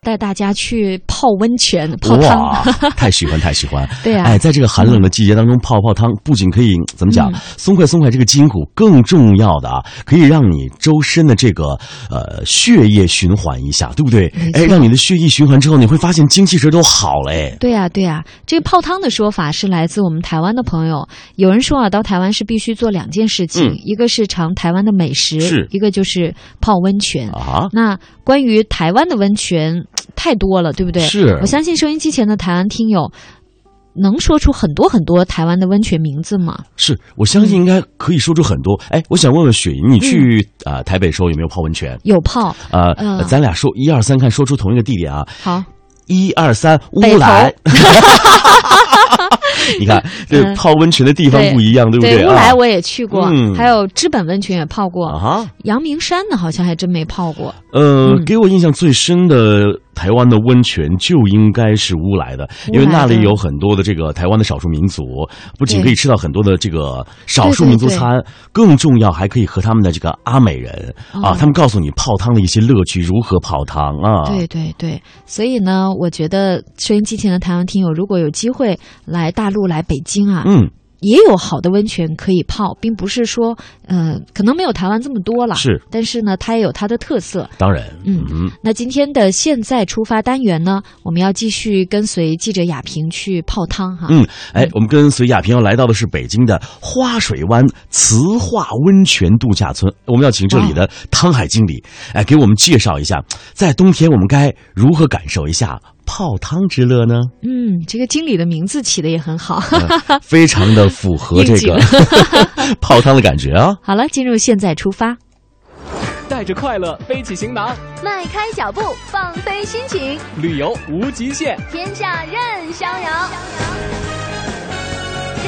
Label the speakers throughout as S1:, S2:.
S1: 带大家去泡温泉、泡汤。
S2: 哇，太喜欢太喜欢。
S1: 对啊
S2: 哎，在这个寒冷的季节当中泡泡汤，不仅可以怎么
S1: 嗯
S2: 讲、松快松快这个筋骨，更重要的啊，可以让你周身的这个呃血液循环一下，对不对
S1: 没？错
S2: 哎，让你的血液循环之后，你会发现精气神都好了哎。
S1: 对呀、啊对呀、这个泡汤的说法是来自我们台湾的朋友。有人说啊，到台湾是必须做两件事情，
S2: 嗯
S1: 一个是尝台湾的美食，
S2: 是
S1: 一个就是泡温泉。
S2: 啊，
S1: 那关于台湾的温泉太多了，对不对？
S2: 是
S1: 我相信收音机前的台湾听友能说出很多很多台湾的温泉名字吗？
S2: 是，我相信应该可以说出很多。哎，我想问问雪莹，你去啊、呃台北时候有没有泡温泉？
S1: 有泡，
S2: 呃，
S1: 嗯
S2: 咱俩说一二三，看说出同一个地点啊。
S1: 好，
S2: 一二三，乌
S1: 北头
S2: 来。 你看，这
S1: 嗯
S2: 泡温泉的地方不一样，对不
S1: 对，
S2: 对？
S1: 乌来
S2: 啊
S1: 我也去过，
S2: 嗯
S1: 还有知本温泉也泡过，
S2: 啊哈，
S1: 阳明山呢好像还真没泡过。
S2: 呃，
S1: 嗯
S2: 给我印象最深的台湾的温泉就应该是乌来的，
S1: 乌来的
S2: 因为那里有很多的这个台湾的少数民族，不仅
S1: 对
S2: 可以吃到很多的这个少数
S1: 对对
S2: 民族餐，更重要还可以和他们的这个阿美人啊
S1: 哦，
S2: 他们告诉你泡汤的一些乐趣，如何泡汤啊。
S1: 对对对，所以呢，我觉得收音机前的台湾听友，如果有机会来大陆、来北京啊，
S2: 嗯，
S1: 也有好的温泉可以泡，并不是说，呃，可能没有台湾这么多了，
S2: 是，
S1: 但是呢，它也有它的特色。
S2: 当然，
S1: 嗯那今天的现在出发单元呢，我们要继续跟随记者亚萍去泡汤哈。
S2: 嗯，哎，我们跟随亚平要来到的是北京的花水湾磁化温泉度假村，我们要请这里的汤海经理，哎，给我们介绍一下，在冬天我们该如何感受一下泡汤之乐呢？
S1: 嗯，这个经理的名字起的也很好。
S2: 呃非常的符合这个
S1: 应
S2: 泡汤的感觉啊！
S1: 好了，进入现在出发。
S3: 带着快乐背起行囊，
S4: 迈开脚步，放飞心情，
S3: 旅游无极限。
S4: 天下任逍遥。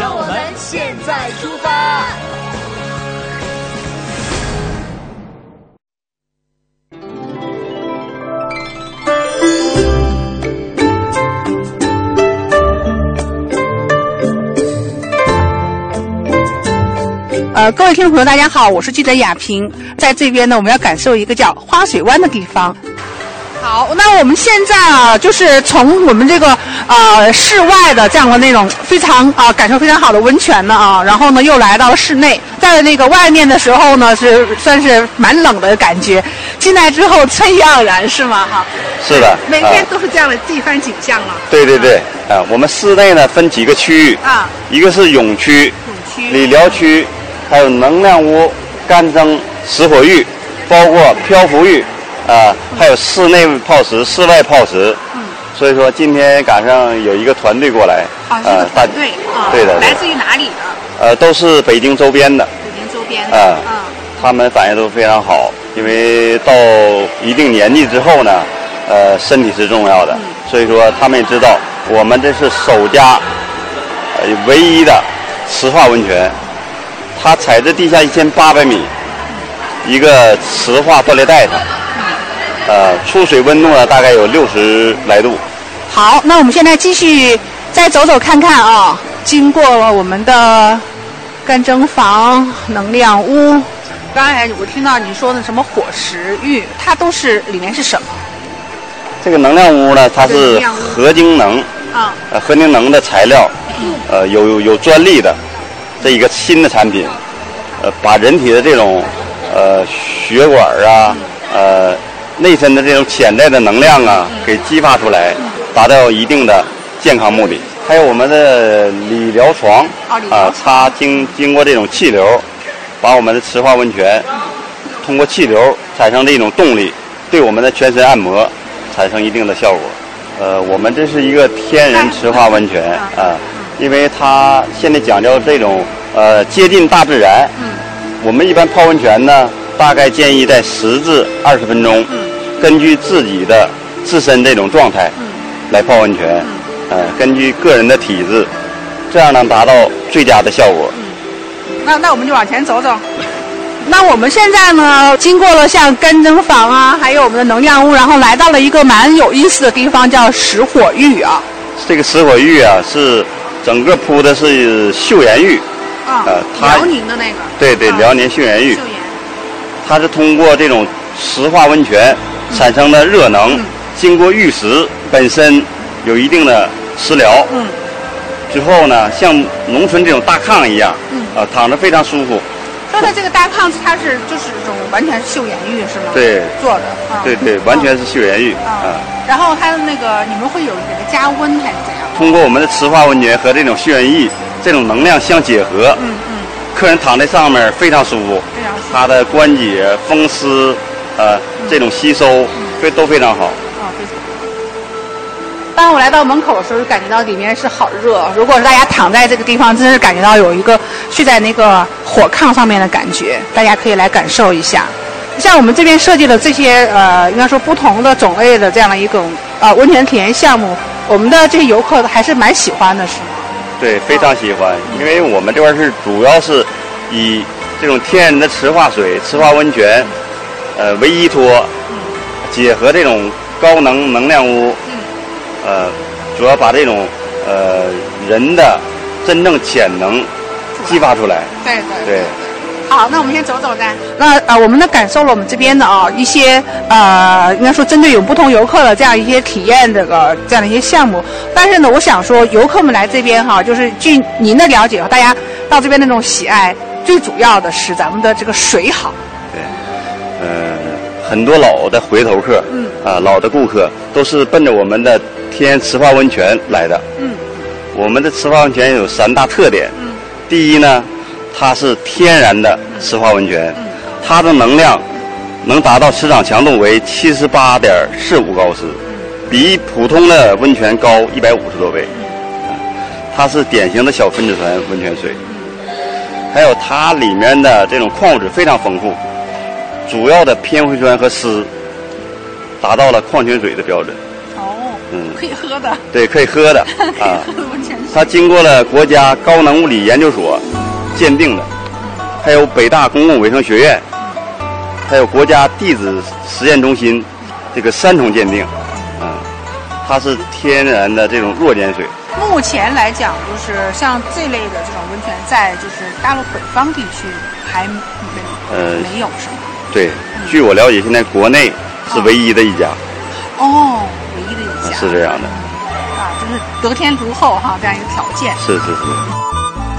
S4: 让我们现在出发。
S5: 呃，各位听众朋友，大家好，我是记者雅萍，在这边呢，我们要感受一个叫花水湾的地方。好，那我们现在啊，就是从我们这个呃室外的这样的那种非常啊、感受非常好的温泉呢啊，然后呢又来到了室内，在那个外面的时候呢是算是蛮冷的感觉，进来之后春意盎然是吗？哈，
S6: 是的，
S5: 每天
S6: 啊
S5: 都是这样的这一番景象啊。
S6: 对对对，啊，我们室内呢分几个区域
S5: 啊，嗯
S6: 一个是泳区、
S5: 景区
S6: 理疗区，还有能量屋、干蒸、石火浴，包括漂浮浴，啊，
S5: 嗯
S6: 还有室内泡池、室外泡池。嗯，所以说今天赶上有一个团队过来，
S5: 啊，这个
S6: 大
S5: 团队啊，
S6: 对的，
S5: 来
S6: 对的
S5: 自于哪里的？
S6: 呃，都是北京周边的，
S5: 北京周边的
S6: 啊
S5: 啊。
S6: 他们反应都非常好，因为到一定年纪之后呢，呃，身体是重要的，
S5: 嗯
S6: 所以说他们也知道我们这是首家、呃、唯一的磁化温泉，它采自地下一千八百米一个磁化玻璃带上，
S5: 嗯
S6: 呃，出水温度呢大概有六十来度，
S5: 好，那我们现在继续再走走看看啊、经过了我们的干蒸房、能量屋，刚才我听到你说的什么火石浴，它都是里面是什么
S6: 这个能量屋呢，它
S5: 对
S6: 是
S5: 能量屋
S6: 合金能。
S5: 啊？
S6: 呃，和宁能的材料，呃，有有有专利的这一个新的产品，呃，把人体的这种呃血管儿啊，呃，内身的这种潜在的能量啊，给激发出来，达到一定的健康目的。还有我们的理疗床
S5: 哦理疗
S6: 啊，它经经过这种气流，把我们的磁化温泉通过气流产生的一种动力，对我们的全身按摩产生一定的效果。呃，我们这是一个天然磁化温泉啊、因为它现在讲究这种呃接近大自然。嗯，我们一般泡温泉呢，大概建议在十至二十分钟，根据自己的自身这种状态，来泡温泉，呃，根据个人的体质，这样能达到最佳的效果。
S5: 那那我们就往前走走。 那我们现在呢，经过了像干蒸房啊，还有我们的能量屋，然后来到了一个蛮有意思的地方，叫石火浴啊。
S6: 这个石火浴啊，是整个铺的是岫岩玉，
S5: 啊
S6: 呃，它
S5: 辽宁的那个，
S6: 对对，
S5: 啊
S6: 辽宁岫岩玉
S5: 岫，岩，
S6: 它是通过这种石化温泉产生的热能
S5: 嗯，
S6: 经过玉石本身有一定的食疗，
S5: 嗯
S6: 之后呢，像农村这种大炕一样，
S5: 嗯
S6: 呃，躺着非常舒服。
S5: 说它这个大炕它是就是这种完全是岫岩玉是吗？
S6: 对
S5: 做的，啊
S6: 对对，完全是岫岩玉
S5: 啊
S6: 啊。
S5: 然后它的那个你们会有给它加温还是怎样？
S6: 通过我们的磁化温泉和这种岫岩玉这种能量相结合，
S5: 嗯嗯，
S6: 客人躺在上面非常舒服，
S5: 非常舒服嗯
S6: 他的关节、风湿，呃，这种吸收非都非常好。
S5: 啊，非常。当我来到门口的时候，就感觉到里面是好热。如果是大家躺在这个地方，真是感觉到有一个睡在那个火炕上面的感觉，大家可以来感受一下。像我们这边设计的这些呃，应该说不同的种类的这样的一种呃温泉体验项目，我们的这些游客还是蛮喜欢的，是吗？
S6: 对，非常喜欢，
S5: 嗯
S6: 因为我们这块儿是主要是以这种天然的磁化水、磁化温泉，
S5: 嗯
S6: 呃为依托，结合这种高能能量屋，
S5: 嗯
S6: 呃，主要把这种呃人的真正潜能激发出来。
S5: 对对
S6: 对，
S5: 好，那我们先走走呗。那呃，我们呢感受了我们这边的啊、一些呃，应该说针对有不同游客的这样一些体验这个这样的一些项目。但是呢，我想说，游客们来这边哈、就是据您的了解，大家到这边的那种喜爱，最主要的是咱们的这个水好。
S6: 嗯，很多老的回头客，
S5: 嗯
S6: 啊，老的顾客都是奔着我们的天然磁化温泉来的。
S5: 嗯，
S6: 我们的磁化温泉有三大特点。嗯，第一呢，它是天然的磁化温泉，
S5: 嗯
S6: 它的能量能达到磁场强度为七十八点四五高斯，
S5: 嗯
S6: 比普通的温泉高一百五十多倍。啊它是典型的小分子团温泉水，
S5: 嗯
S6: 还有它里面的这种矿物质非常丰富，主要的偏硅酸和锶达到了矿泉水的标准，
S5: 哦，
S6: 嗯
S5: 可以喝的，
S6: 对，可以喝的
S5: 可
S6: 啊。
S5: 以喝的温泉水。
S6: 它经过了国家高能物理研究所鉴定的，还有北大公共卫生学院，还有国家地质实验中心这个三重鉴定，啊，它是天然的这种弱碱水。
S5: 目前来讲，就是像这类的这种温泉，在就是大陆北方地区还没、
S6: 呃
S5: 没有是吗？
S6: 对，据我了解，现在国内是唯一的一家，
S5: 哦，唯一的一家、
S6: 啊是这样的，
S5: 啊，就是得天独厚哈这样一个条件。
S6: 是是是。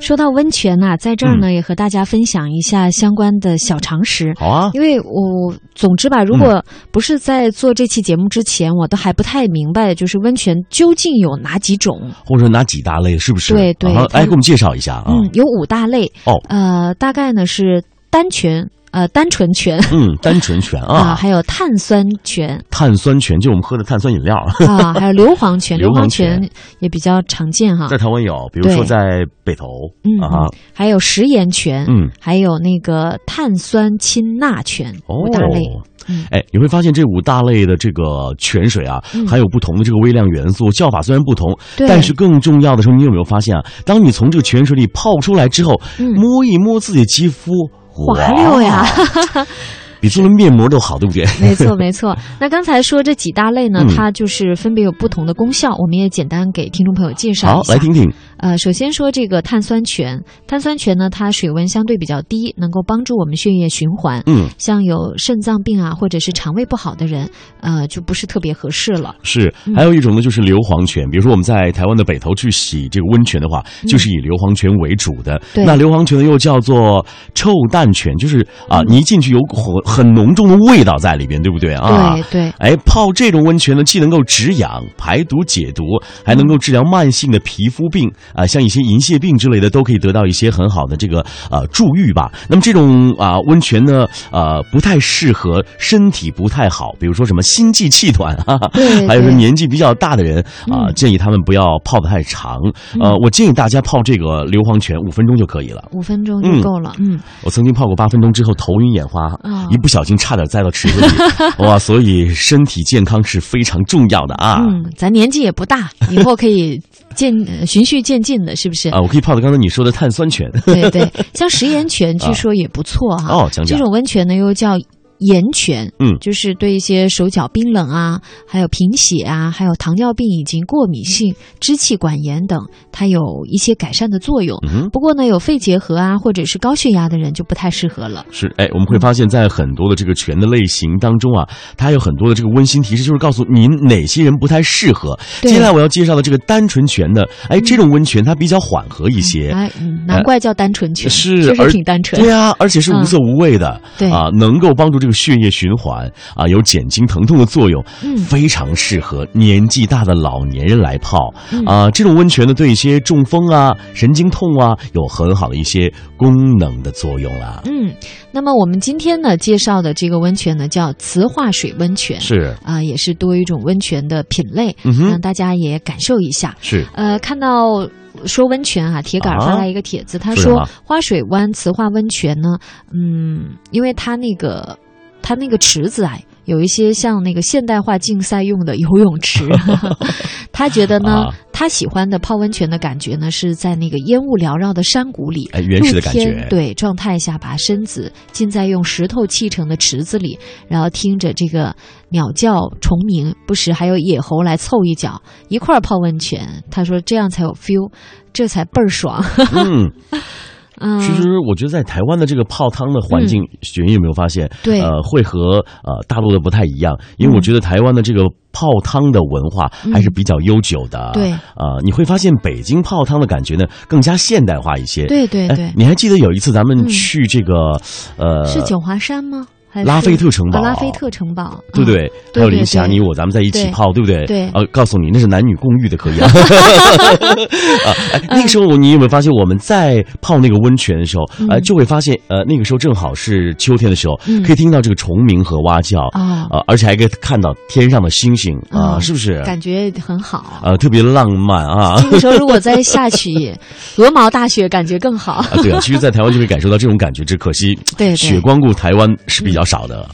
S1: 说到温泉呐、在这儿
S2: 嗯
S1: 呢、也和大家分享一下相关的小常识。
S2: 好啊，
S1: 因为我总之吧，如果不是在做这期节目之前，我都还不太明白，就是温泉究竟有哪几种？
S2: 或者说哪几大类是不是？
S1: 对对
S2: 啊
S1: 它
S2: 哎，给我们介绍一下啊。
S1: 嗯，有五大类。
S2: 哦，
S1: 呃，大概呢是单泉，呃，单纯泉
S2: 嗯，单纯泉
S1: 啊、
S2: 啊，
S1: 还有碳酸 泉
S2: 碳酸泉就我们喝的碳酸饮料，
S1: 啊、还有硫磺泉。
S2: 硫
S1: 硫磺
S2: 磺泉
S1: 泉也比较常见哈
S2: 在。台湾有，比如说
S1: 对
S2: 在北投
S1: 嗯，
S2: 啊，
S1: 还有食盐泉，
S2: 嗯，
S1: 还有那个碳酸氢钠泉，
S2: 哦
S1: 五大类。嗯
S2: 哎，你会发现这五大类的这个泉水啊，
S1: 嗯
S2: 含有不同的这个微量元素，叫法虽然不同，
S1: 对
S2: 但是更重要的是，你有没有发现啊？当你从这个泉水里泡出来之后，
S1: 嗯
S2: 摸一摸自己的肌肤，
S1: 滑溜呀，
S2: 比做了面膜都好，对不对？
S1: 没错， 没错。那刚才说这几大类呢，
S2: 嗯
S1: 它就是分别有不同的功效，我们也简单给听众朋友介绍
S2: 好
S1: 一，下。
S2: 来听听，
S1: 呃，首先说这个碳酸泉，碳酸泉呢，它水温相对比较低，能够帮助我们血液循环。
S2: 嗯，
S1: 像有肾脏病啊，或者是肠胃不好的人，呃，就不是特别合适了。
S2: 是
S1: 嗯，
S2: 还有一种呢，就是硫磺泉。比如说我们在台湾的北投去洗这个温泉的话，就是以硫磺泉为主的。
S1: 嗯对
S2: 那硫磺泉又叫做臭蛋泉，就是啊，
S1: 嗯
S2: 你一进去有很很浓重的味道在里边，对不对啊？
S1: 对对，
S2: 哎，泡这种温泉呢，既能够止痒、排毒、解毒，还能够治疗慢性的皮肤病啊、像一些银屑病之类的，都可以得到一些很好的这个呃助愈吧。那么这种啊、温泉呢，呃不太适合身体不太好，比如说什么心悸、气短啊，
S1: 对
S2: 还有说
S1: 对
S2: 年纪比较大的人啊、
S1: 嗯
S2: 建议他们不要泡得太长。呃，我建议大家泡这个硫磺泉五分钟就可以了。
S1: 五分钟就
S2: 嗯
S1: 够了。嗯，
S2: 我曾经泡过八分钟之后头晕眼花，
S1: 啊
S2: 一不小心差点栽到池子 里，哇！所以身体健康是非常重要的啊。
S1: 嗯，咱年纪也不 大，以后可以渐呃循序渐进的，是不是？
S2: 啊， 我可以泡到刚才你说的碳酸泉，啊
S1: 对对，像食盐泉据说也不错哈。啊
S2: 哦讲讲
S1: 这种温泉呢又叫盐泉，
S2: 嗯
S1: 就是对一些手脚冰冷啊，还有贫血啊，还有糖尿病以及过敏性、支气管炎等，它有一些改善的作用。
S2: 嗯哼
S1: 不过呢，有肺结核啊或者是高血压的人就不太适合了。
S2: 是，哎，我们会发现，在很多的这个拳的类型当中啊，它有很多的这个温馨提示，就是告诉您哪些人不太适合。
S1: 对
S2: 接下来我要介绍的这个单纯拳呢，哎，这种温泉它比较缓和一些。
S1: 哎，嗯难怪叫单纯泉，
S2: 是，
S1: 确
S2: 而
S1: 实挺单纯。嗯
S2: 对啊，而且是无色无味的，
S1: 对
S2: 啊，能够帮助这个血液循环啊，有减轻疼痛的作用，
S1: 嗯
S2: 非常适合年纪大的老年人来泡、
S1: 嗯
S2: 啊。这种温泉呢，对一些中风啊、神经痛啊，有很好的一些功能的作用啦、
S1: 嗯，那么我们今天呢介绍的这个温泉呢叫磁化水温泉，
S2: 是，
S1: 啊、也是多一种温泉的品类，
S2: 嗯
S1: 让
S2: 哼，
S1: 大家也感受一下。
S2: 是，
S1: 呃，看到说温泉啊，铁杆儿
S2: 啊
S1: 发来一个帖子，他
S2: 说什
S1: 说
S2: 么
S1: 花水湾磁化温泉呢，嗯，因为它那个它那个池子啊，有一些像那个现代化竞赛用的游泳池， 他觉得呢
S2: 啊，
S1: 他喜欢的泡温泉的感觉呢，是在那个烟雾缭绕的山谷里，
S2: 哎，原始的感
S1: 露天
S2: 觉，
S1: 对状态下，把身子浸在用石头砌成的池子里，然后听着这个鸟叫、虫鸣，不时还有野猴来凑一脚，一块儿泡温泉。他说这样才有 feel，这才倍儿爽。
S2: 嗯，
S1: 嗯，
S2: 其实我觉得在台湾的这个泡汤的环境，雪莹有没有发现？
S1: 对
S2: 呃，会和呃大陆的不太一样，因为我觉得台湾的这个泡汤的文化
S1: 嗯
S2: 还是比较悠久的。
S1: 对
S2: 呃，你会发现北京泡汤的感觉呢更加现代化一些。
S1: 对对
S2: 哎
S1: 对，
S2: 你还记得有一次咱们
S1: 嗯
S2: 去这个、呃
S1: 是九华山吗？还是
S2: 拉菲特城堡
S1: 啊拉菲特城堡，
S2: 对不
S1: 嗯
S2: 对？还有
S1: 对
S2: 林霞，
S1: 对
S2: 你我咱们在一起
S1: 对
S2: 泡，对不对？
S1: 对
S2: 呃，告诉你，那是男女共浴的，可以啊。啊，哎那个时候你有没有发现，我们在泡那个温泉的时候，呃，
S1: 嗯
S2: 就会发现，呃，那个时候正好是秋天的时候，
S1: 嗯
S2: 可以听到这个虫鸣和蛙叫，
S1: 哦
S2: 啊，而且还可以看到天上的星星啊，
S1: 嗯
S2: 是不是？
S1: 感觉很 好。
S2: 呃，特别浪 漫啊。
S1: 这个时候如果再下起鹅毛大雪，感觉更好。
S2: 啊，对啊，其实，在台湾就会感受到这种感觉，只可惜
S1: 对对
S2: 雪光顾台湾是比较少的。